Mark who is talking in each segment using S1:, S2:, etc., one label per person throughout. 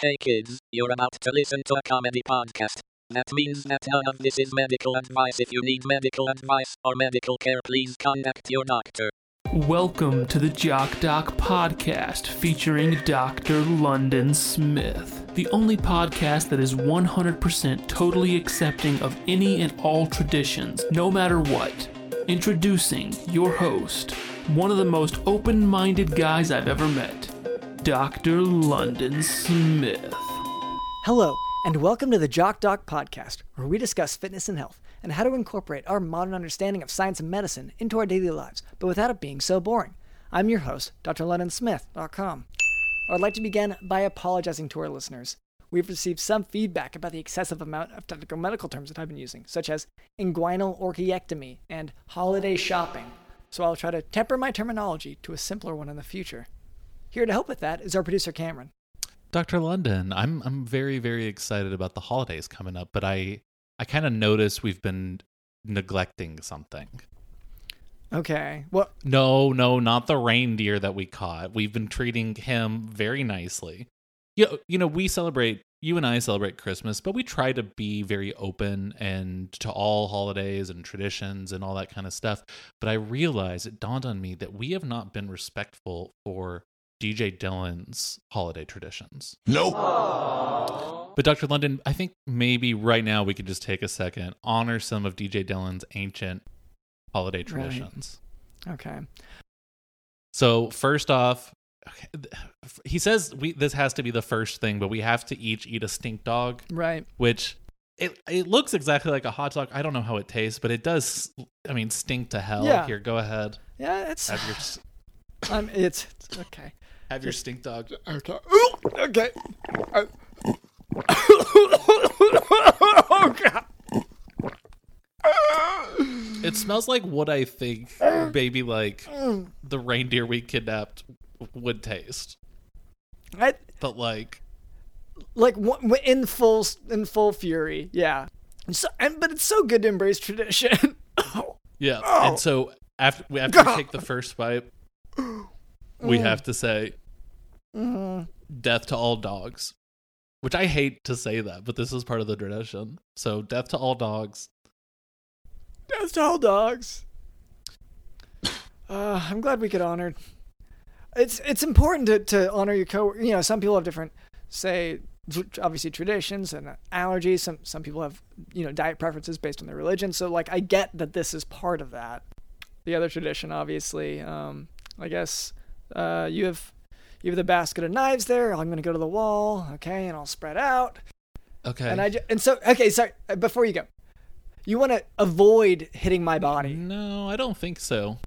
S1: Hey kids, you're about to listen to a comedy podcast. That means that none of this is medical advice. If you need medical advice or medical care, please contact your doctor.
S2: Welcome to the Jock Doc podcast featuring Dr. London Smith, the only podcast that is 100% totally accepting of any and all traditions, no matter what. Introducing your host, one of the most open minded guys I've ever met, Dr. London Smith.
S3: Hello, and welcome to the Jock Doc Podcast, where we discuss fitness and health and how to incorporate our modern understanding of science and medicine into our daily lives, but without it being so boring. I'm your host, drlondonsmith.com. I'd like to begin by apologizing to our listeners. We've received some feedback about the excessive amount of technical medical terms that I've been using, such as inguinal orchiectomy and holiday shopping, so I'll try to temper my terminology to a simpler one in the future. Here to help with that is our producer, Cameron.
S4: Dr. London, I'm I'm very very excited about the holidays coming up, but I I kind of notice we've been neglecting something.
S3: Okay, well,
S4: No, no, not the reindeer that we caught. We've been treating him very nicely. You, you know, we celebrate you and I celebrate Christmas, but we try to be very open and to all holidays and traditions and all that kind of stuff. But I realized it dawned on me that we have not been respectful for DJ Dylan's holiday traditions. But Dr. London, I think maybe right now we could just take a second, honor some of DJ Dylan's ancient holiday traditions.
S3: okay.
S4: So first off, okay, th- he says we this has to be the first thing, but we have to each eat a stink dog,
S3: Right.
S4: which it it looks exactly like a hot dog. I don't know how it tastes, but it does. I mean, stink to hell.
S3: Yeah.
S4: Here, go ahead.
S3: Yeah, it's
S4: Have your s-
S3: um, it's, it's okay.
S4: have your stink dog.
S3: Okay. Ooh, okay. Uh, oh god.
S4: It smells like what I think baby like the reindeer we kidnapped would taste,
S3: I,
S4: but like
S3: like wha- wha- in full s- in full fury. Yeah. And so, and, but it's so good to embrace tradition. Oh,
S4: Yeah. And so after we after we take the first bite,
S3: Mm.
S4: we have to say
S3: Mm-hmm.
S4: death to all dogs. Which I hate to say that, but this is part of the tradition. So death to all dogs.
S3: That's to all dogs. Uh, I'm glad we could honor. It's it's important to, to honor your co. You know, some people have different, say, tr- obviously traditions and allergies. Some some people have you know diet preferences based on their religion. So like, I get that this is part of that. The other tradition, obviously, um, I guess uh, you have you have the basket of knives there. I'm gonna go to the wall, okay, and I'll spread out.
S4: Okay.
S3: And I ju- and so okay, sorry. uh, Before you go, you want to avoid hitting my body.
S4: no, I don't think so.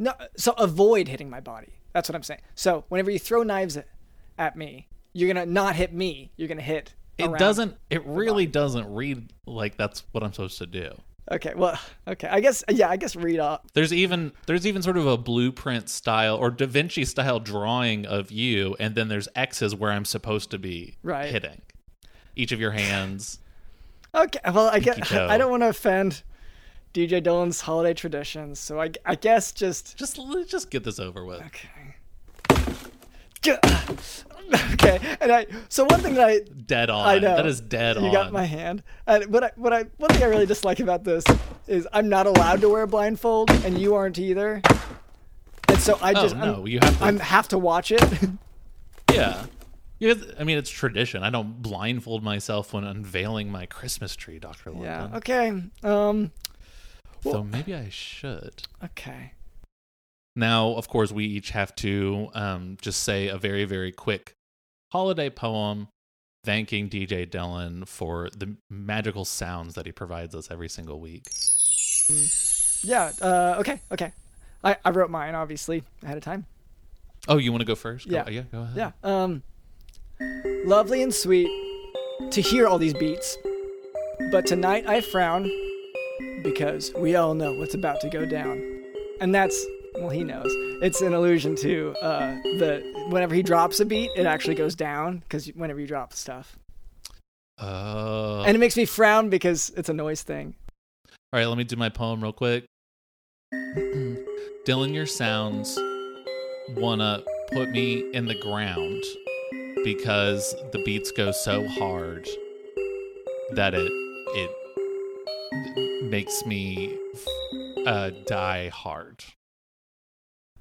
S3: No, so avoid hitting my body. That's what I'm saying. So whenever you throw knives at, at me, you're gonna not hit me. You're gonna hit.
S4: It
S3: around.
S4: doesn't it really doesn't read like that's what I'm supposed to do.
S3: Okay. Well. Okay. I guess. Yeah. I guess read off.
S4: There's even there's even sort of a blueprint style or Da Vinci style drawing of you, and then there's X's where I'm supposed to be
S3: Right.
S4: hitting. Each of your hands.
S3: Okay. Well, I guess
S4: Pinky toe.
S3: I don't want to offend DJ Dylan's holiday traditions, so I, I guess just.
S4: Just let's just get this over with.
S3: Okay. Okay. And I. So one thing that I
S4: Dead on.
S3: I know.
S4: That is dead
S3: you
S4: on.
S3: got my hand. And what I, what I, one thing I really dislike about this is I'm not allowed to wear a blindfold, and you aren't either. And so I
S4: Oh
S3: just,
S4: no,
S3: I'm,
S4: you have to.
S3: I'm have to watch it.
S4: yeah. You have- I mean, it's tradition. I don't blindfold myself when unveiling my Christmas tree, Doctor London.
S3: yeah. Okay. Um.
S4: So maybe I should.
S3: Okay.
S4: Now, of course, we each have to um, just say a very, very quick holiday poem thanking DJ Dylan for the magical sounds that he provides us every single week.
S3: Yeah. Uh. Okay. Okay. I, I wrote mine obviously ahead of time.
S4: Oh, you want to go first? Go-
S3: Yeah.
S4: yeah, go ahead.
S3: Yeah. Um. Lovely and sweet to hear all these beats, but tonight I frown because we all know what's about to go down, and that's well he knows. It's an allusion to uh, the whenever he drops a beat, it actually goes down because whenever you drop stuff,
S4: Oh.
S3: and it makes me frown because it's a noise thing.
S4: All right, let me do my poem real quick. Dylan, your sounds wanna put me in the ground. because the beats go so hard that it it makes me uh, die hard.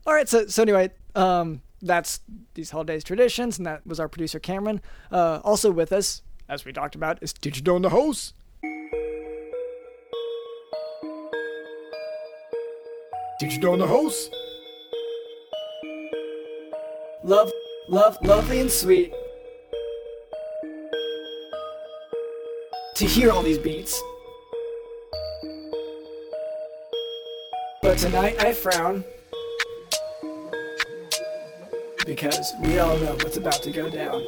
S3: All right. So so anyway, um, that's these holidays traditions, and that was our producer Cameron. Uh, also with us, as we talked about, is Digital in the house. Digital in the house. Love, love, lovely and sweet. To hear all these beats. But tonight I frown. Because we all know what's about to go down.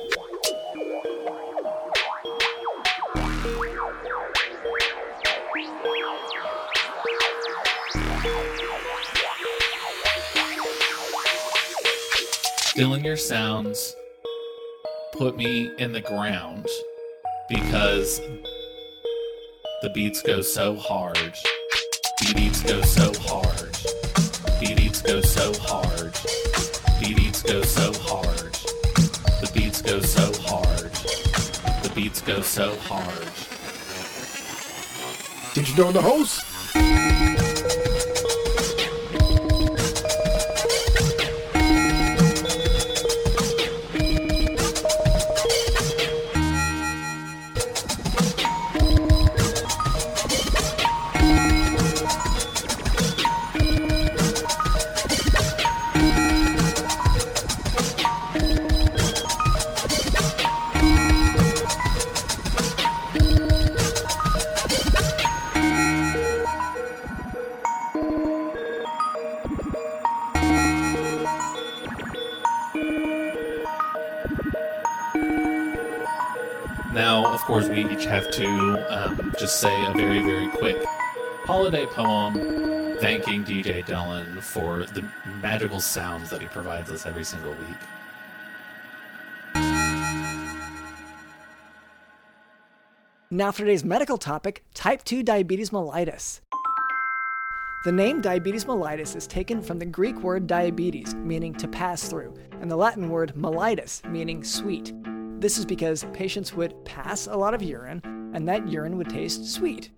S4: Stealing your sounds put me in the ground because the beats go so hard. Beats go so hard. Beats go so hard. Beats go so hard. The beats go so hard. The beats go so hard.
S5: Digital in the house.
S4: Now, of course, we each have to um, just say a very, very quick holiday poem thanking DJ Dylan for the magical sounds that he provides us every single week.
S3: Now for today's medical topic type 2 diabetes mellitus. The name diabetes mellitus is taken from the Greek word diabetes, meaning to pass through, and the Latin word mellitus, meaning sweet. This is because patients would pass a lot of urine, and that urine would taste sweet.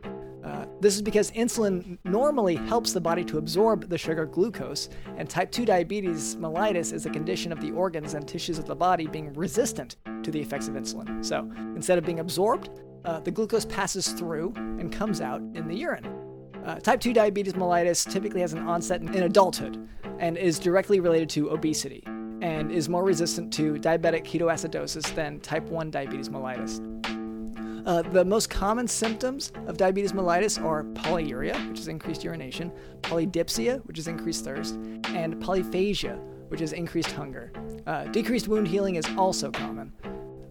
S3: Uh, this is because insulin normally helps the body to absorb the sugar glucose, and type 2 diabetes mellitus is a condition of the organs and tissues of the body being resistant to the effects of insulin. So instead of being absorbed, uh, the glucose passes through and comes out in the urine. Uh, type 2 diabetes mellitus typically has an onset in in adulthood and is directly related to obesity and is more resistant to diabetic ketoacidosis than type 1 diabetes mellitus. Uh, the most common symptoms of diabetes mellitus are polyuria, which is increased urination, polydipsia, which is increased thirst, and polyphagia, which is increased hunger. Uh, decreased wound healing is also common.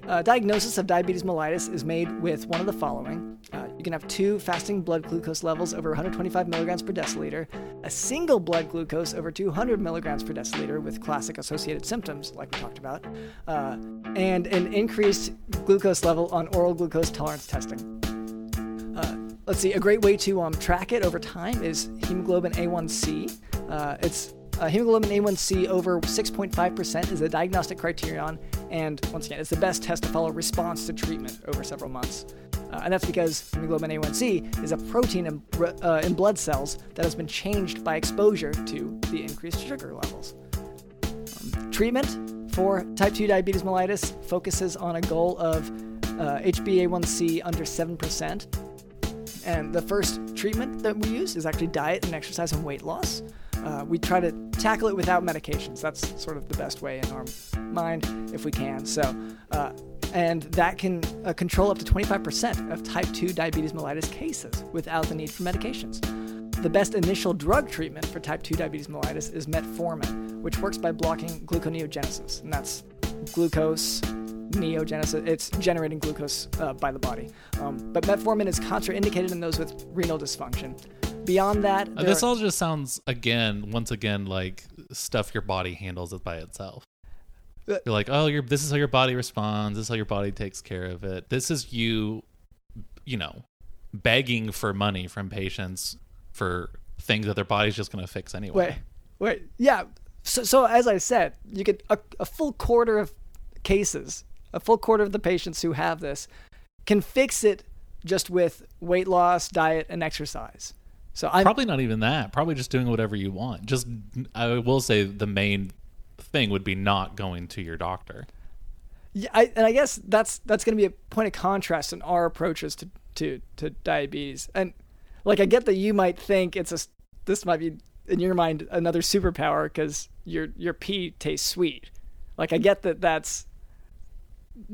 S3: Uh, diagnosis of diabetes mellitus is made with one of the following. Uh, you can have two fasting blood glucose levels over 125 milligrams per deciliter, a single blood glucose over 200 milligrams per deciliter with classic associated symptoms, like we talked about, uh, and an increased glucose level on oral glucose tolerance testing. Uh, let's see, a great way to um, track it over time is hemoglobin A1C. Uh, it's uh, hemoglobin A1C over 6.5% is a diagnostic criterion, and once again, it's the best test to follow response to treatment over several months. Uh, and that's because hemoglobin A1C is a protein in, br- uh, in blood cells that has been changed by exposure to the increased sugar levels. Um, Treatment for type 2 diabetes mellitus focuses on a goal of uh, HbA1c under 7%. And the first treatment that we use is actually diet and exercise and weight loss. Uh, we try to tackle it without medications. That's sort of the best way in our mind if we can. So, uh, and that can uh, control up to 25% of type 2 diabetes mellitus cases without the need for medications. The best initial drug treatment for type 2 diabetes mellitus is metformin, which works by blocking gluconeogenesis, and that's glucose neogenesis. It's generating glucose uh, by the body. Um, but metformin is contraindicated in those with renal dysfunction. Beyond that,
S4: Uh,
S3: there
S4: this
S3: are-
S4: all just sounds, again, once again, like stuff your body handles it by itself.
S3: Uh,
S4: You're like, oh, your this is how your body responds. This is how your body takes care of it. This is you, you know, begging for money from patients for things that their body's just going to fix anyway.
S3: Wait, wait, yeah. So, so as I said, you get a, a full quarter of cases a full quarter of the patients who have this can fix it just with weight loss, diet, and exercise. So I'm
S4: Probably not even that. Probably just doing whatever you want. Just, I will say the main thing would be not going to your doctor.
S3: Yeah, I, and I guess that's that's going to be a point of contrast in our approaches to, to to diabetes. And like I get that you might think it's a s- this might be in your mind another superpower because your your pee tastes sweet. Like I get that that's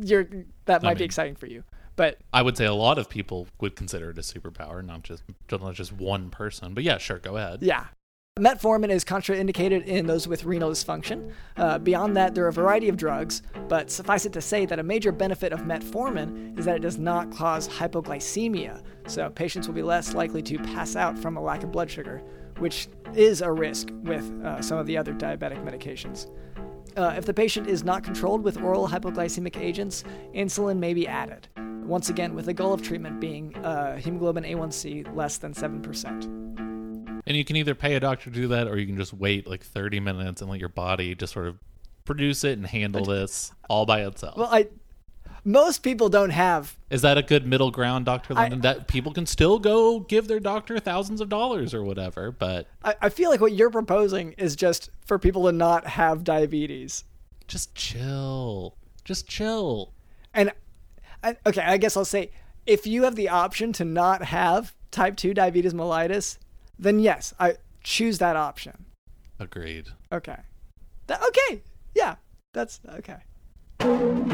S3: your that might be
S4: mean-
S3: exciting for you, but
S4: I would say a lot of people would consider it a superpower, not just not just one person. But yeah, sure, go ahead.
S3: Yeah. Metformin is contraindicated in those with renal dysfunction. Uh, beyond that, there are a variety of drugs, but suffice it to say that a major benefit of metformin is that it does not cause hypoglycemia, so patients will be less likely to pass out from a lack of blood sugar, which is a risk with uh, some of the other diabetic medications. Uh, if the patient is not controlled with oral hypoglycemic agents, insulin may be added, once again, with the goal of treatment being uh, hemoglobin A1C less than 7%.
S4: And you can either pay a doctor to do that, or you can just wait like 30 minutes and let your body just sort of produce it and handle this all by itself.
S3: Well, I most people don't have.
S4: Is that a good middle ground, Doctor London? that people can still go give their doctor thousands of dollars or whatever, but
S3: I, I feel like what you're proposing is just for people to not have diabetes.
S4: just chill, just chill.
S3: And I, okay, I guess I'll say if you have the option to not have type two diabetes mellitus, then yes, I choose that option.
S4: Agreed.
S3: Okay. That, okay. Yeah. That's okay.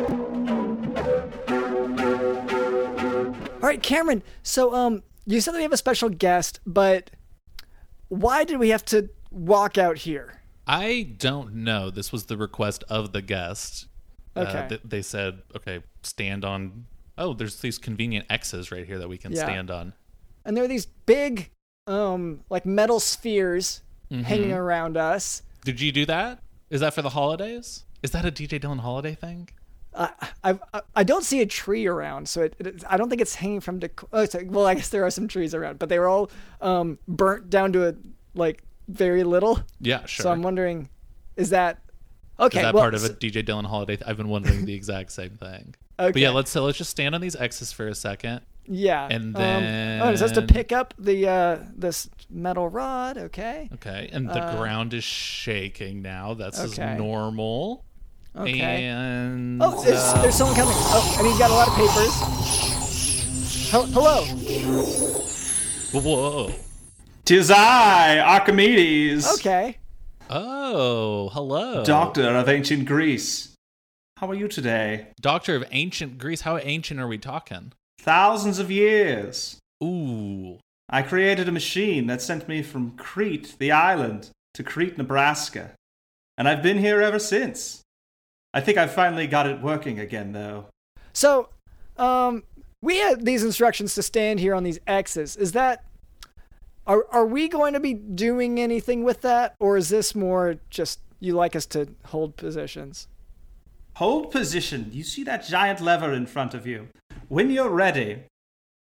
S3: All right, Cameron. So, um, you said that we have a special guest, but why did we have to walk out here?
S4: I don't know. This was the request of the guest.
S3: Okay.
S4: th- they said, okay, stand on. Oh, there's these convenient X's right here that we can
S3: Yeah.
S4: stand on.
S3: And there are these big, um, like metal spheres hanging around us.
S4: Did you do that? Is that for the holidays? Is that a DJ Dylan holiday thing?
S3: I, I, I- I don't see a tree around, so it, it, I don't think it's hanging from. Dec- oh, it's like- well, I guess there are some trees around, but they were all um, burnt down to a like very little.
S4: Yeah, sure.
S3: So I'm wondering, is that okay?
S4: Is that
S3: well,
S4: part of a
S3: so-
S4: DJ Dylan holiday? Th- I've been wondering the exact same thing. But
S3: Okay.
S4: yeah, let's so let's just stand on these X's for a second.
S3: yeah.
S4: and
S3: um, oh, it says to
S4: then-
S3: pick up the uh, this metal rod. Okay.
S4: Okay, and the ground is shaking now. That's just
S3: Uh, okay.
S4: normal.
S3: Okay.
S4: And
S3: oh, there's,
S4: uh,
S3: there's someone coming. Oh, and he's got a lot of papers. Hel- Hello.
S4: whoa!
S5: Tis I, Archimedes,
S3: Okay.
S4: Oh, hello,
S5: doctor of ancient Greece. How are you today?
S4: Doctor of ancient Greece. How ancient are we talking?
S5: Thousands of years.
S4: Ooh,
S5: I created a machine that sent me from Crete, the island, to Crete, Nebraska. And I've been here ever since. I think I've finally got it working again, though.
S3: So, um, we had these instructions to stand here on these X's. Is that are are we going to be doing anything with that, or is this more just you like us to hold positions?
S5: Hold position. You see that giant lever in front of you. When you're ready,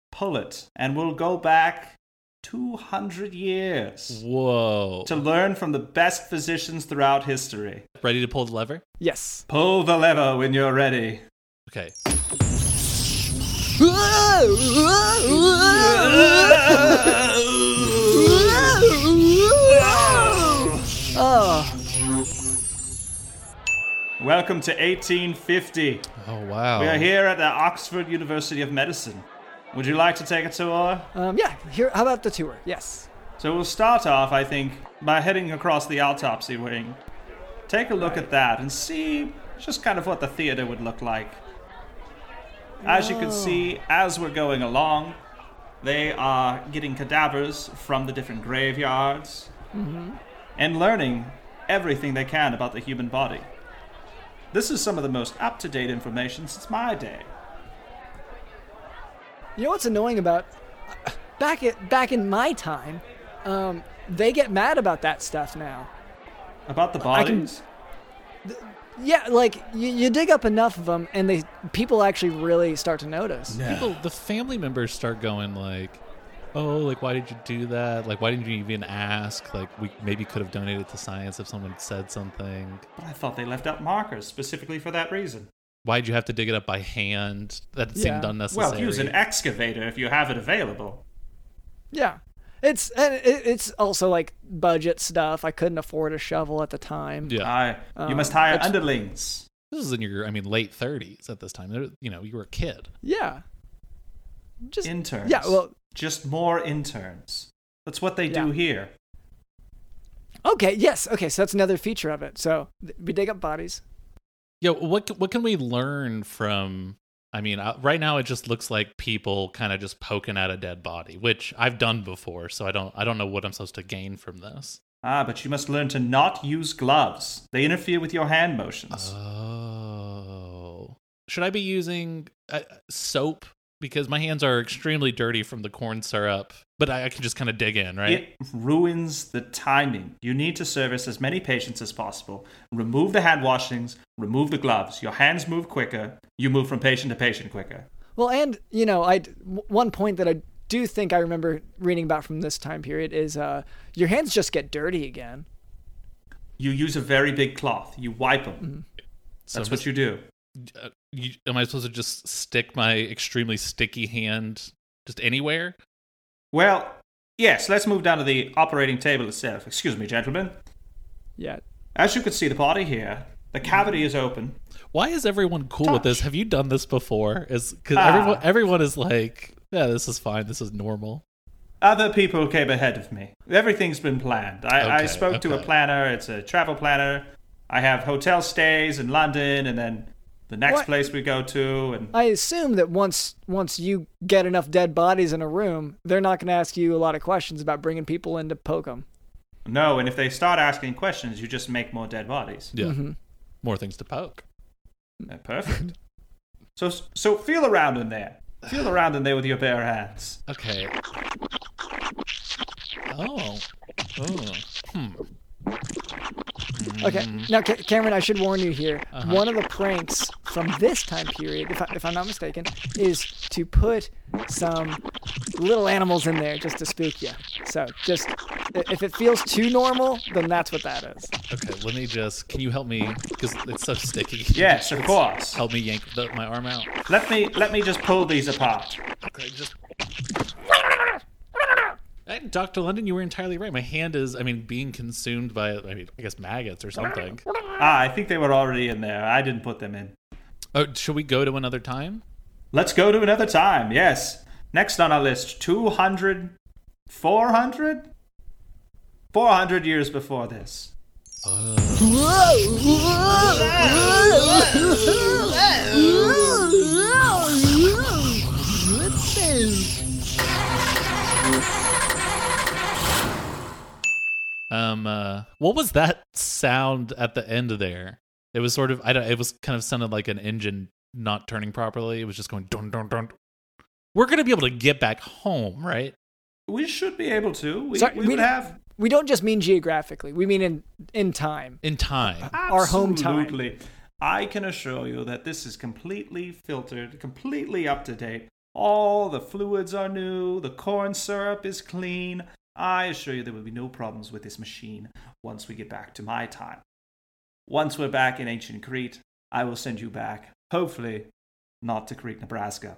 S5: pull it, and we'll go back 200 years
S4: whoa!
S5: to learn from the best physicians throughout history.
S4: Ready to pull the lever?
S3: Yes.
S5: Pull the lever when you're ready.
S4: Okay.
S3: Oh,
S5: Welcome to 1850.
S4: Oh wow!
S5: We are here at the Oxford University of Medicine. Would you like to take a tour?
S3: um, yeah. Here, how about the tour? Yes.
S5: So we'll start off, I think, by heading across the autopsy wing. Take a look at that and see just kind of what the theater would look like. As you can see, as we're going along, they are getting cadavers from the different graveyards
S3: Mm-hmm.
S5: and learning everything they can about the human body. This is some of the most up to date information since my day.
S3: You know what's annoying about back at, back in my time, um, they get mad about that stuff now.
S5: About the
S3: I can-
S5: bodies?
S3: Yeah, like you, you dig up enough of them, and they people actually really start to notice.
S4: people the family members start going like oh like why did you do that like why didn't you even ask like we maybe could have donated to science if someone said something
S5: But I thought they left out markers specifically for that reason.
S4: Why'd you have to dig it up by hand? That
S3: Yeah.
S4: seemed
S3: Well,
S4: unnecessary.
S5: Well, use an excavator if you have it available.
S3: Yeah. It's and it, it's also like budget stuff. I couldn't afford a shovel at the time.
S4: yeah,
S5: I, you must hire underlings.
S4: this is in your, I mean, late thirties at this time. There- You know, you were a kid.
S3: Yeah. Just
S5: Interns.
S3: Yeah, well,
S5: just more interns. That's what they
S3: Yeah.
S5: do here.
S3: okay, yes. Okay, so that's another feature of it. So th- we dig up bodies.
S4: Yeah, what c- what can we learn from? I mean, I, right now it just looks like people kind of just poking at a dead body, which I've done before, so I don't I don't know what I'm supposed to gain from this.
S5: Ah, but you must learn to not use gloves. They interfere with your hand motions.
S4: Uh, Oh, should I be using uh, soap because my hands are extremely dirty from the corn syrup? But I, I can just kind of dig in, right?
S5: It ruins the timing. You need to service as many patients as possible. Remove the hand washings, remove the gloves. Your hands move quicker. You move from patient to patient quicker.
S3: Well, and you know, I one point that I do think I remember reading about from this time period is uh your hands just get dirty again.
S5: You use a very big cloth. You wipe them.
S4: so
S5: That's
S4: I'm
S5: what you do.
S4: just- uh, you, am I supposed to just stick my extremely sticky hand just anywhere?
S5: Well, yes, let's move down to the operating table itself. Excuse me, gentlemen.
S3: Yeah.
S5: As you can see, the body here, the cavity is open.
S4: Why is everyone cool with this? Have you done this before? Is because
S5: Ah.
S4: everyone everyone is like, yeah, this is fine, this is normal.
S5: Other people came ahead of me. Everything's been planned. I, I
S4: Okay,
S5: spoke to a
S4: okay.
S5: planner, it's a travel planner. I have hotel stays in London and then the next
S3: What?
S5: place we go to and
S3: I assume that once once you get enough dead bodies in a room, they're not going to ask you a lot of questions about bringing people in to poke them.
S5: no, and if they start asking questions, you just make more dead bodies.
S4: Yeah, more things to poke.
S5: They're perfect. so so feel around in there. Feel around in there with your bare hands.
S4: Okay. Oh. Oh. Hmm.
S3: Okay.
S4: Mm-hmm.
S3: Now, Ca- Cameron, I should warn you here.
S4: Uh-huh.
S3: One of the pranks from this time period, if, I, if I'm not mistaken, is to put some little animals in there just to spook you. So, just i- if it feels too normal, then that's what that is.
S4: Okay. Let me just. Can you help me? Because it's so sticky.
S5: Yes, of course.
S4: Help me yank the, my arm out.
S5: Let me let me just pull these apart.
S4: Okay, just. Hey, Dr. London, you were entirely right. My hand is, I mean, being consumed by, I mean, I guess maggots or something.
S5: Ah, I think they were already in there. I didn't put them in.
S4: Oh, should we go to another time?
S5: Let's go to another time. Yes. Next on our list 200, 400? 400 years before this.
S4: Um, uh, what was that sound at the end there? It was sort of I don't. It was kind of sounded like an engine not turning properly. It was just going dun dun dun. We're gonna be able to get back home, right?
S5: We should be able to. We,
S3: Sorry,
S5: we,
S3: we
S5: would
S3: don't-
S5: have.
S3: We don't just mean geographically, we mean in, in time.
S4: In time.
S3: Our home time.
S5: Absolutely. I can assure you that this is completely filtered, completely up to date. All the fluids are new, the corn syrup is clean. I assure you there will be no problems with this machine once we get back to my time. Once we're back in ancient Crete, I will send you back, hopefully, not to Crete, Nebraska.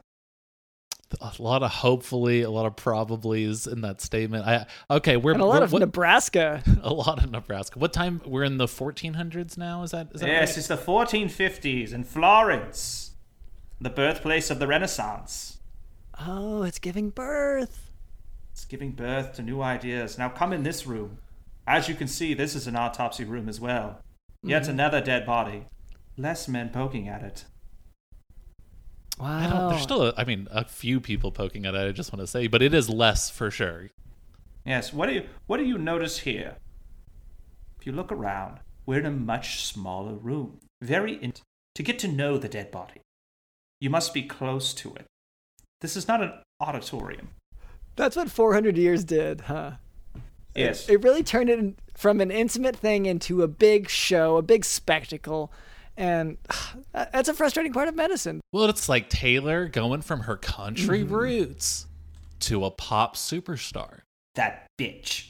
S4: A lot of hopefully, a lot of probablys in that statement. I okay. We're
S3: And a lot
S4: we're-
S3: of
S4: what-
S3: Nebraska.
S4: a lot of Nebraska. What time? We're in the 1400s now. Is that is that
S5: yes,
S4: right?
S5: it's the 1450s in Florence, the birthplace of the Renaissance.
S3: Oh, it's giving birth.
S5: It's giving birth to new ideas. Now come in this room. As you can see, this is an autopsy room as well. Yet another dead body. Less men poking at it.
S3: Wow.
S4: I don't, there's still, a, I mean, a few people poking at it. I just want to say, but it is less for sure.
S5: Yes, what do you what do you notice here? If you look around, we're in a much smaller room. Very in- to get to know the dead body. You must be close to it. This is not an auditorium.
S3: That's what 400 years did, huh?
S5: Yes.
S3: It really turned it in- from an intimate thing into a big show, a big spectacle. And that- that's a frustrating part of medicine.
S4: Well, it's like Taylor going from her country
S5: Mm-hmm.
S4: roots to a pop superstar.
S5: that bitch.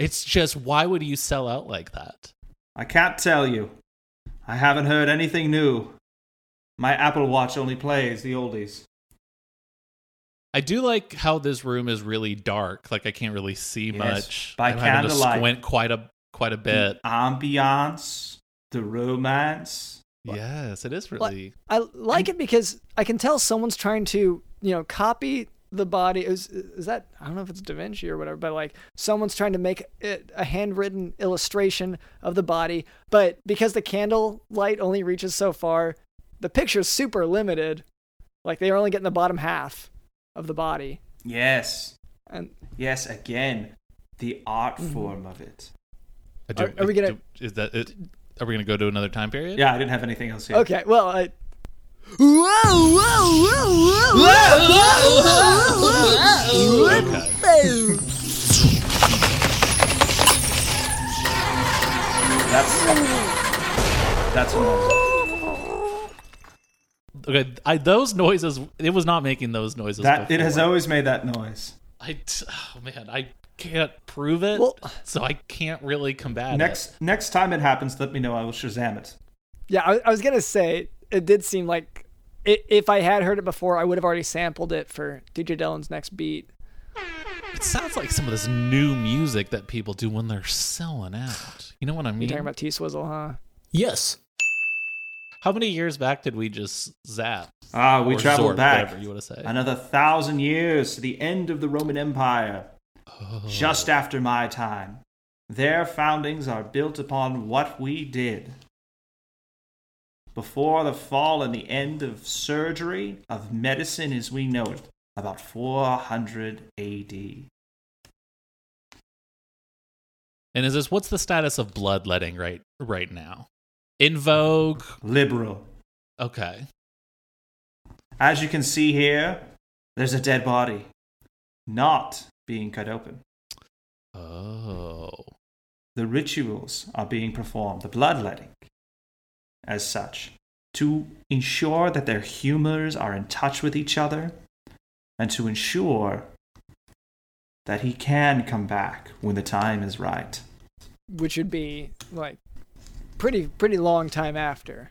S4: It's just, why would you sell out like that?
S5: I can't tell you. I haven't heard anything new. My Apple Watch only plays the oldies.
S4: I do like how this room is really dark. Like I can't really see
S5: Yes,
S4: much.
S5: by
S4: I'm having to
S5: candlelight. Mm.
S4: squint quite a quite a bit.
S5: Ambiance, the romance.
S4: Yes, it is
S3: What?
S4: really.
S3: I like it because I can tell someone's trying to, you know, copy the body. Is, is that I don't know if it's Da Vinci or whatever, but like someone's trying to make it a handwritten illustration of the body. But because the candle light only reaches so far, the picture's super limited. Like they're only getting the bottom half of the body,
S5: Yes,
S3: and
S5: yes, again, the art form of it.
S4: I do-
S3: Are- are we
S4: I
S3: gonna-
S4: do- Is that? It, are we gonna go to another time period?
S5: Yeah, I didn't have anything else here.
S3: Okay, well, I.
S5: That's that's enough.
S4: Okay. I, those noises. It was not making those noises.
S5: That it
S4: before.
S5: has always made that noise.
S4: I t- oh man, I can't prove it,
S3: Well-
S4: so I can't really combat it.
S5: Next next time it happens, let me know. I will Shazam it.
S3: Yeah, I, I was gonna say it did seem like i if I had heard it before, I would have already sampled it for DJ Dylan's next beat.
S4: It sounds like some of this new music that people do when they're selling out. You know what I
S3: You're
S5: Mm-hmm.
S4: mean?
S3: talking about T Swizzle, huh?
S6: Yes.
S4: How many years back did we just zap?
S5: Ah, we
S4: Or
S5: travel
S4: zorb,
S5: back
S4: Whatever you want to say.
S5: another thousand years to the end of the Roman Empire.
S4: Oh.
S5: Just after my time, their foundings are built upon what we did. Before the fall and the end of surgery, of medicine as we know it, about 400 AD.
S4: And is this what's the status of bloodletting right right now? In vogue.
S5: Liberal.
S4: Okay.
S5: As you can see here, there's a dead body, not being cut open.
S4: Oh.
S5: The rituals are being performed, the bloodletting, as such, to ensure that their humors are in touch with each other and to ensure that he can come back when the time is right.
S3: Which would be like pretty pretty long time after.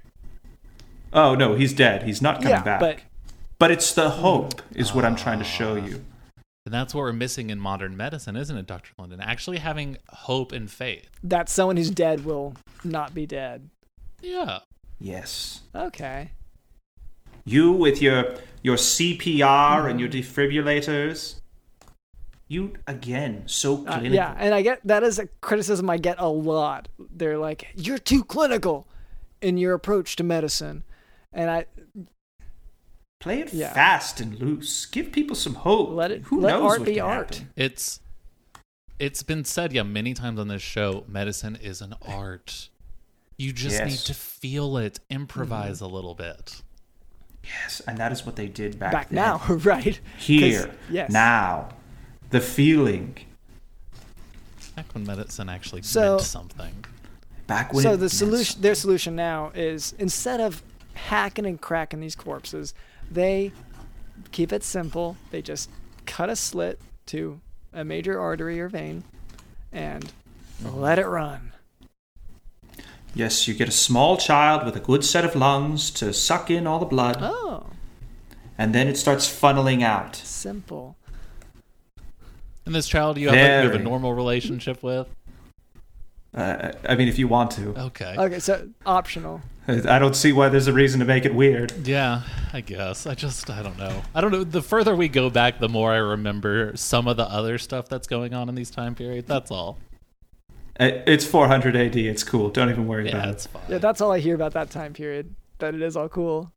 S5: Oh, no, he's dead. He's not coming
S3: yeah,
S5: back.
S3: but
S5: But it's the hope, is what I'm trying to show you.
S4: And that's what we're missing in modern medicine, isn't it, Dr. London? Actually having hope and faith.
S3: that someone who's dead will not be dead.
S4: Yeah.
S5: Yes.
S3: Okay.
S5: You with your your CPR and your defibrillators. You again so
S3: Uh,
S5: clinical.
S3: yeah, and I get that is a criticism I get a lot. They're like, "You're too clinical in your approach to medicine," and I
S5: Play it
S3: Yeah.
S5: fast and loose. Give people some hope.
S3: let it
S5: Who
S3: let
S5: knows
S3: art
S5: what
S3: be
S5: can
S3: art.
S5: happen?
S4: It's it's been said, yeah, many times on this show, medicine is an art. You just
S5: Yes. Mm-hmm.
S4: need to feel it, improvise a little bit.
S5: Yes, and that is what they did back,
S3: Back
S5: then.
S3: now, right? 'Cause-
S5: Here.
S3: yes.
S5: Now. The feeling.
S4: Back when medicine actually
S3: So-
S4: meant something.
S5: Back when
S3: so
S5: it
S3: the
S5: meant
S3: solution,
S5: something.
S3: their solution now is instead of hacking and cracking these corpses, they keep it simple. They just cut a slit to a major artery or vein, and let it run.
S5: Yes, you get a small child with a good set of lungs to suck in all the blood,
S3: Oh,
S5: and then it starts funneling out.
S3: simple.
S4: And this child you have, a, you have a
S5: Very.
S4: normal relationship with?
S5: Uh, I mean, if you want to.
S4: Okay.
S3: Okay, so optional.
S5: I don't see why there's a reason to make it weird.
S4: Yeah, I guess. I just I don't know. I don't know. The further we go back, the more I remember some of the other stuff that's going on in these time periods. That's all.
S5: Uh, It's 400 AD. It's cool. Don't even worry
S4: Yeah,
S5: about
S4: it's
S5: it.
S4: fine.
S3: Yeah, that's all I hear about that time period. That it is all cool.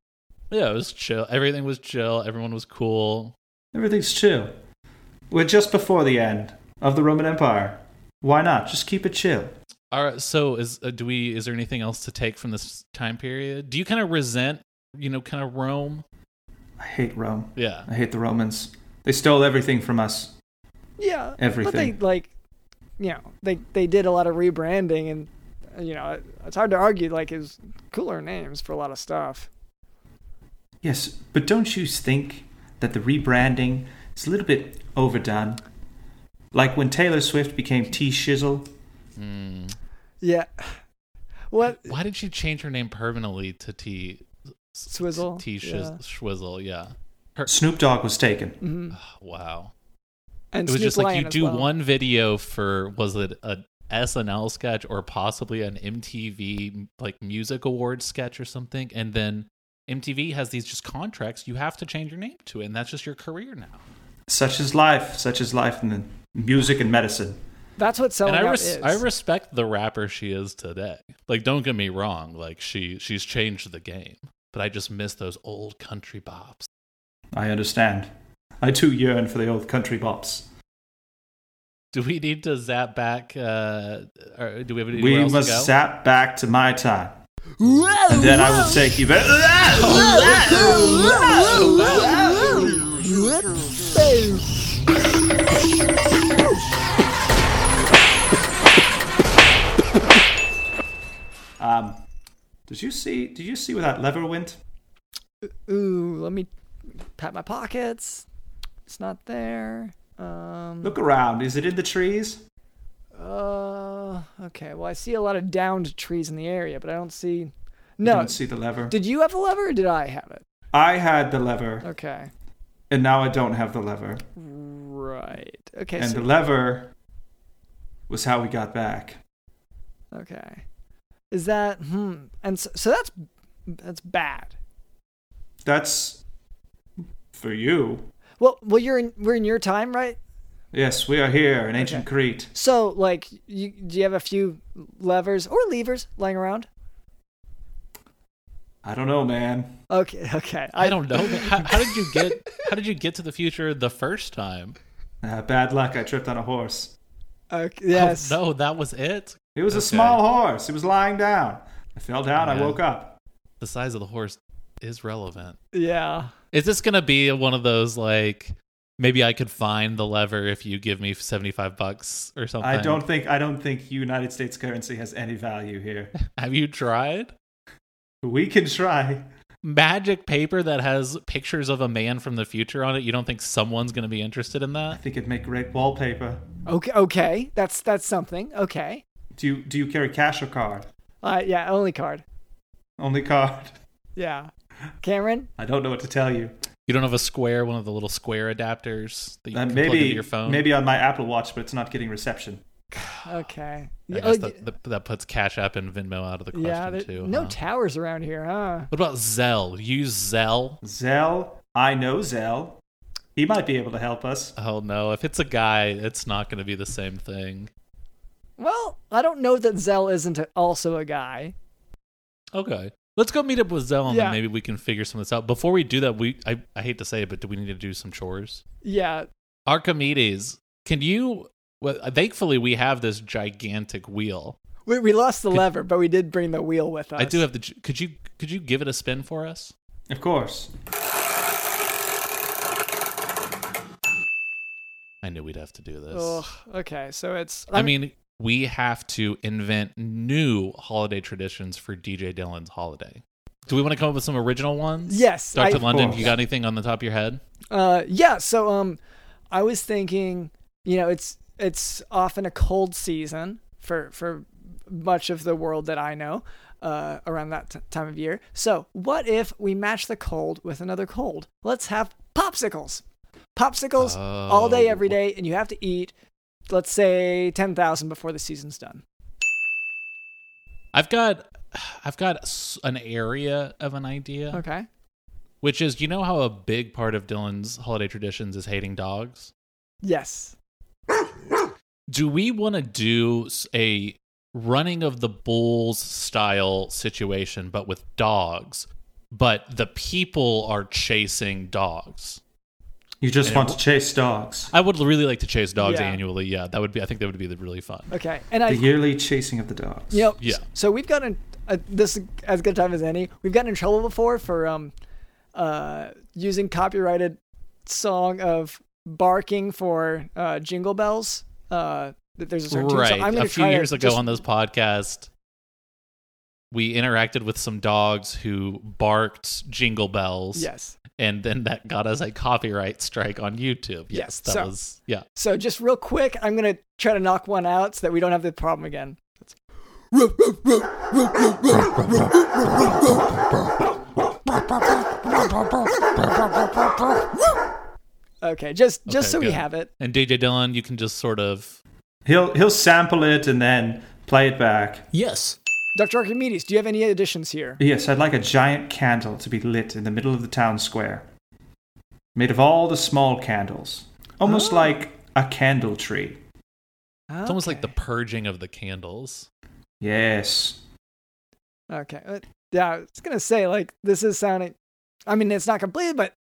S4: Yeah, it was chill. Everything was chill. Everyone was cool.
S5: Everything's chill. We're just before the end of the Roman Empire. Why not? Just keep it chill.
S4: All right. So is uh, do we? Is there anything else to take from this time period? Do you kind of resent, you know, kind of Rome?
S5: I hate Rome.
S4: Yeah.
S5: I hate the Romans. They stole everything from us.
S3: Yeah, But they
S5: Everything.
S3: like, you know, they they did a lot of rebranding, and uh, you know, it, it's hard to argue. Like, is cooler names for a lot of stuff.
S5: Yes, but don't you think that the rebranding is a little bit overdone? Like when Taylor Swift became T Shizzle.
S4: Mm.
S3: Yeah. What?
S4: Why did she change her name permanently to T
S3: Swizzle,
S4: T shiz-
S3: yeah.
S4: Schwizzle, yeah.
S5: Snoop Dogg was taken.
S4: Wow.
S3: Mm-hmm. And
S4: it was
S3: Snoop
S4: just like
S3: Lion
S4: you
S3: as
S4: do
S3: well.
S4: one video for was it a SNL sketch or possibly an MTV like music award sketch or something, and then MTV has these just contracts you have to change your name to, it, and that's just your career now.
S5: Such is life. Such is life in the music and medicine.
S3: That's what selling
S4: and I
S3: out
S4: res-
S3: is.
S4: I respect the rapper she is today. Like, don't get me wrong, like she she's changed the game, but I just miss those old country bops.
S5: I understand. I too yearn for the old country bops.
S4: Do we need to zap back? Uh, or do we have anywhere
S5: We
S4: else
S5: must
S4: to go?
S5: zap back to my time. And then I will take you back. um, did you see? Did you see where that lever went?
S3: Ooh, let me pat my pockets. It's not there. Um.
S5: Look around. Is it in the trees?
S3: Uh. Okay. Well, I see a lot of downed trees in the area, but I don't see.
S5: I
S3: No.
S5: don't see the lever.
S3: Did you have the lever, or did I have it?
S5: I had the lever,
S3: Okay.
S5: and now I don't have the lever.
S3: Right. Okay.
S5: And
S3: so-
S5: the lever was how we got back.
S3: okay. Is that hmm? And so, so that's that's bad.
S5: That's for you.
S3: Well, well, you're in we're in your time, right?
S5: Yes, we are here in ancient Crete.
S3: So, like, you do you have a few levers or levers lying around?
S5: I don't know, man.
S3: Okay. Okay.
S4: I don't know. man. How, how did you get? How did you get to the future the first time?
S5: Uh, bad luck. I tripped on a horse.
S3: Okay, yes.
S4: Oh, no, that was it.
S5: It was a
S4: Okay.
S5: small horse. It was lying down. I fell down. I
S4: Yeah.
S5: woke up.
S4: The size of the horse is relevant.
S3: Yeah.
S4: Is this gonna be one of those like maybe I could find the lever if you give me seventy five bucks or something?
S5: I don't think. I don't think United States currency has any value here.
S4: Have you tried
S5: we can try.
S4: magic paper that has pictures of a man from the future on it? You don't think someone's gonna be interested in
S5: I
S4: that?
S5: think it'd make great wallpaper.
S3: Okay. Okay. That's that's something. Okay.
S5: Do you do you carry cash or card?
S3: Uh, yeah. Only card.
S5: Only card.
S3: Yeah. Cameron.
S5: I don't know what to tell you.
S4: You don't have a square, one of the little square adapters that you
S5: Uh,
S4: can plug into
S5: maybe
S4: your phone.
S5: maybe on my Apple Watch, but it's not getting reception.
S3: Okay.
S4: I
S3: Yeah,
S4: guess
S3: oh,
S4: that, that, that puts Cash App and Venmo out of the question
S3: yeah. there-
S4: too.
S3: no
S4: huh?
S3: towers around here, huh?
S4: What about Zell? Use Zell?
S5: Zell, I know Zell. He might be able to help us.
S4: Oh no! If it's a guy, it's not going to be the same thing.
S3: Well, I don't know that Zell isn't a- also a guy.
S4: Okay, let's go meet up with Zell, and
S3: Yeah.
S4: then maybe we can figure some of this out. Before we do that, we I, I hate to say it, but do we need to do some chores?
S3: Yeah.
S4: Archimedes, can you? Well, thankfully we have this gigantic wheel.
S3: We, we lost the lever, but we did bring the wheel with us.
S4: I do have the. Could you could you give it a spin for us?
S5: Of course.
S4: I knew we'd have to do this.
S3: Ugh, okay, so it's.
S4: I mean, we have to invent new holiday traditions for DJ Dylan's holiday. Do we want to come up with some original ones?
S3: Yes, I-
S4: Dr.
S3: Of
S4: London,
S5: course.
S4: you got anything on the top of your head?
S3: Uh, yeah. So, um, I was thinking, you know, it's it's often a cold season for for much of the world that I know uh, around that t- time of year. So, what if we match the cold with another cold? Let's have popsicles, popsicles all day, every
S4: Oh.
S3: day, and you have to eat. Let's say ten thousand before the season's done.
S4: I've got I've got s- an area of an idea,
S3: Okay.
S4: which is you know how a big part of Dylan's holiday traditions is hating dogs?
S3: Yes.
S4: Do we want to do s- a running of the bulls style situation but with dogs, but the people are chasing dogs?
S5: You just want to chase dogs.
S4: I would really like to chase dogs
S3: Yeah.
S4: annually. Yeah, that would be. I think that would be really fun.
S3: Okay. And I
S5: The yearly chasing of the dogs.
S3: You know,
S4: Yeah.
S3: So we've gotten uh, this is as good a time as any. We've gotten in trouble before for um, uh, using copyrighted song of barking for uh, jingle bells. Uh, that there's a certain tune.
S4: right.
S3: So I'm gonna
S4: a few
S3: try to
S4: years ago
S3: just-
S4: on this podcast, we interacted with some dogs who barked jingle bells.
S3: Yes.
S4: And then that got us a copyright strike on YouTube.
S3: Yes,
S4: Yes. that
S3: so-
S4: was yeah.
S3: So just real quick, I'm gonna try to knock one out so that we don't have the problem again.
S6: Ruff, ruff, ruff, ruff, ruff, ruff, ruff, ruff, ruff, ruff, ruff, ruff, ruff, ruff, ruff.
S3: Okay, just just
S4: Okay,
S3: so we
S4: good.
S3: have it.
S4: And DJ Dylan, you can just sort of
S5: He'll he'll sample it and then play it back.
S6: Yes.
S3: Dr. Archimedes, do you have any additions here?
S5: Yes, I'd like a giant candle to be lit in the middle of the town square. Made of all the small candles. Almost like a candle tree.
S4: it's almost like the purging of the candles.
S5: Yes.
S3: Okay. uh, Yeah, I was gonna say like this is sounding. I mean, it's not complete, but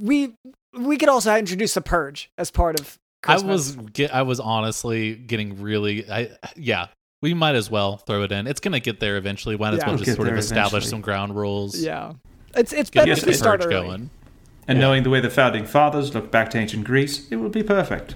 S3: we we could also introduce the purge as part of. Christmas.
S4: I was get, I was honestly getting really I yeah. We might as well throw it in. It's gonna get there eventually. Might as
S3: Yeah.
S4: well
S3: It'll
S4: just
S5: get
S4: sort of
S5: there
S4: establish
S5: eventually.
S4: some ground rules.
S3: Yeah, it's it's
S4: Get,
S3: better
S4: get
S3: if
S4: the
S3: we
S4: purge
S3: start early.
S4: going.
S5: And
S4: Yeah.
S5: knowing the way the founding fathers looked back to ancient Greece, it will be perfect.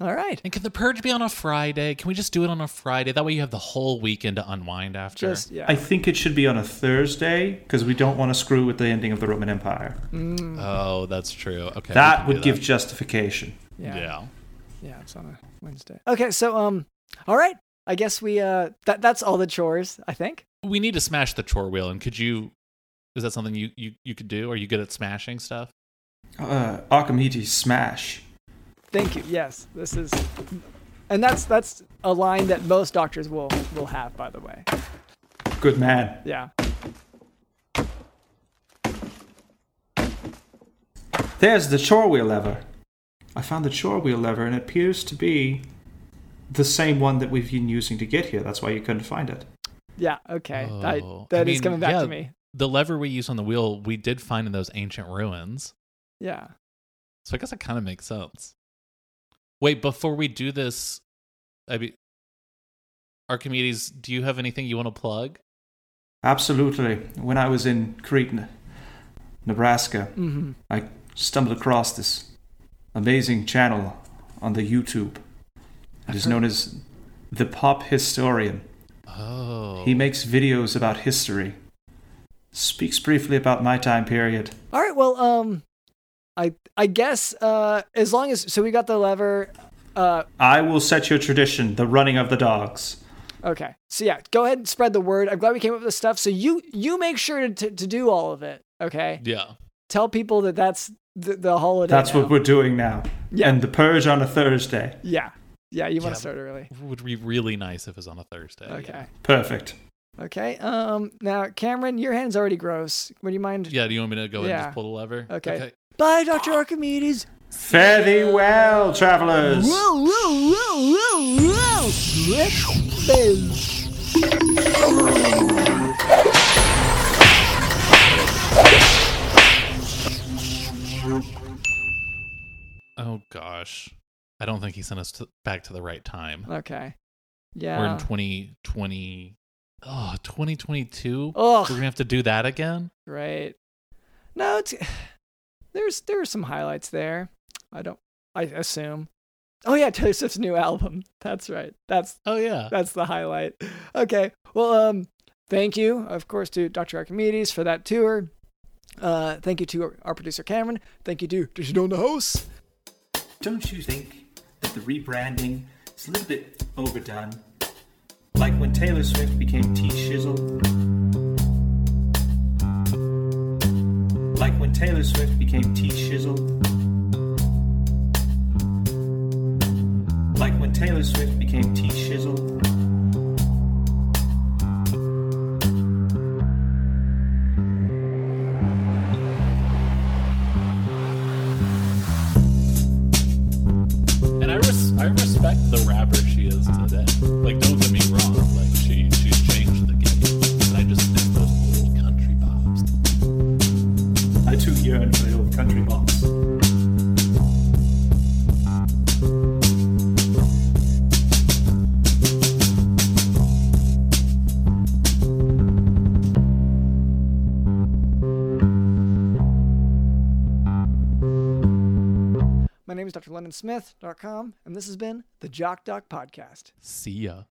S3: All right.
S4: And can the purge be on a Friday? Can we just do it on a Friday? That way you have the whole weekend to unwind after.
S3: Just yeah.
S5: I think it should be on a Thursday because we don't want to screw with the ending of the Roman Empire.
S3: Mm,
S4: Oh, that's true. Okay.
S5: that
S4: we can
S5: would
S4: do
S5: give justification.
S3: yeah.
S4: that. Yeah.
S3: Yeah, it's on a Wednesday. Okay, so um, all right. I guess we uh that that's all the chores. I think.
S4: We need to smash the chore wheel. And could you? Is that something you you, you could do? Are you good at smashing stuff?
S5: Uh, Archimedes smash.
S3: Thank you. Yes, this is, and that's that's a line that most doctors will will have. By the way.
S5: Good man.
S3: Yeah.
S5: There's the chore wheel lever. I found the chore wheel lever and it appears to be the same one that we've been using to get here. That's why you couldn't find it.
S3: Yeah. Okay. I- That is
S4: Oh, mean,
S3: coming back
S4: yeah,
S3: to me.
S4: The lever we use on the wheel, we did find in those ancient ruins.
S3: Yeah.
S4: So I guess that kind of makes sense. Wait, before we do this, I mean, Archimedes, do you have anything you want to plug?
S5: Absolutely. When I was in Creton, Nebraska,
S3: Mm-hmm.
S5: I stumbled across this amazing channel on the YouTube. It is known as The Pop Historian.
S4: Oh,
S5: He makes videos about history. Speaks briefly about my time period.
S3: All right. Well, um, I I guess uh, as long as so we got the lever. Uh,
S5: I will set your tradition, the running of the dogs.
S3: okay. So yeah, go ahead and spread the word. I'm glad we came up with this stuff. So you you make sure to to, to do all of it. Okay.
S4: yeah.
S3: Tell people that that's the, the holiday.
S5: That's
S3: now.
S5: what we're doing now.
S3: Yeah.
S5: And the purge on a Thursday.
S3: Yeah. Yeah. You want
S4: Yeah.
S3: to start early.
S4: Would be really nice if it was on a Thursday. yeah.
S3: Okay.
S5: Perfect.
S3: Okay. Um. Now, Cameron, your hand's already gross. Would you mind?
S4: Yeah. do you want me to go ahead and
S3: Yeah.
S4: just pull the lever?
S3: Okay. Bye, Doctor Archimedes.
S5: Fare thee well, travelers.
S6: Whoa, whoa, whoa, whoa, whoa.
S4: Oh gosh, I don't think he sent us to, back to the right time.
S3: Okay. Yeah.
S4: We're in 2020. Oh, 2022.
S3: Ugh.
S4: We're gonna have to do that again.
S3: Right. No, it's there's there are some highlights there. I don't I assume. Oh yeah, Taylor Swift's new album. That's right. That's
S4: Oh yeah.
S3: that's the highlight. Okay. Well, um thank you of course to Dr. Archimedes for that tour. Uh thank you to our producer Cameron. Thank you to Did you know the host?
S7: Don't you think that the rebranding is a little bit overdone? Like when Taylor Swift became T Shizzle? Like when Taylor Swift became T Shizzle? Like when Taylor Swift became T Shizzle?
S4: And I, res- I respect the rapper she is today. Like, don't get me wrong. Like, she she's changed the game. I just think those old country pops.
S7: I too yearn for the old country box.
S3: My name is Dr. London Smith.com and this has been the Jock Doc podcast.
S4: See ya.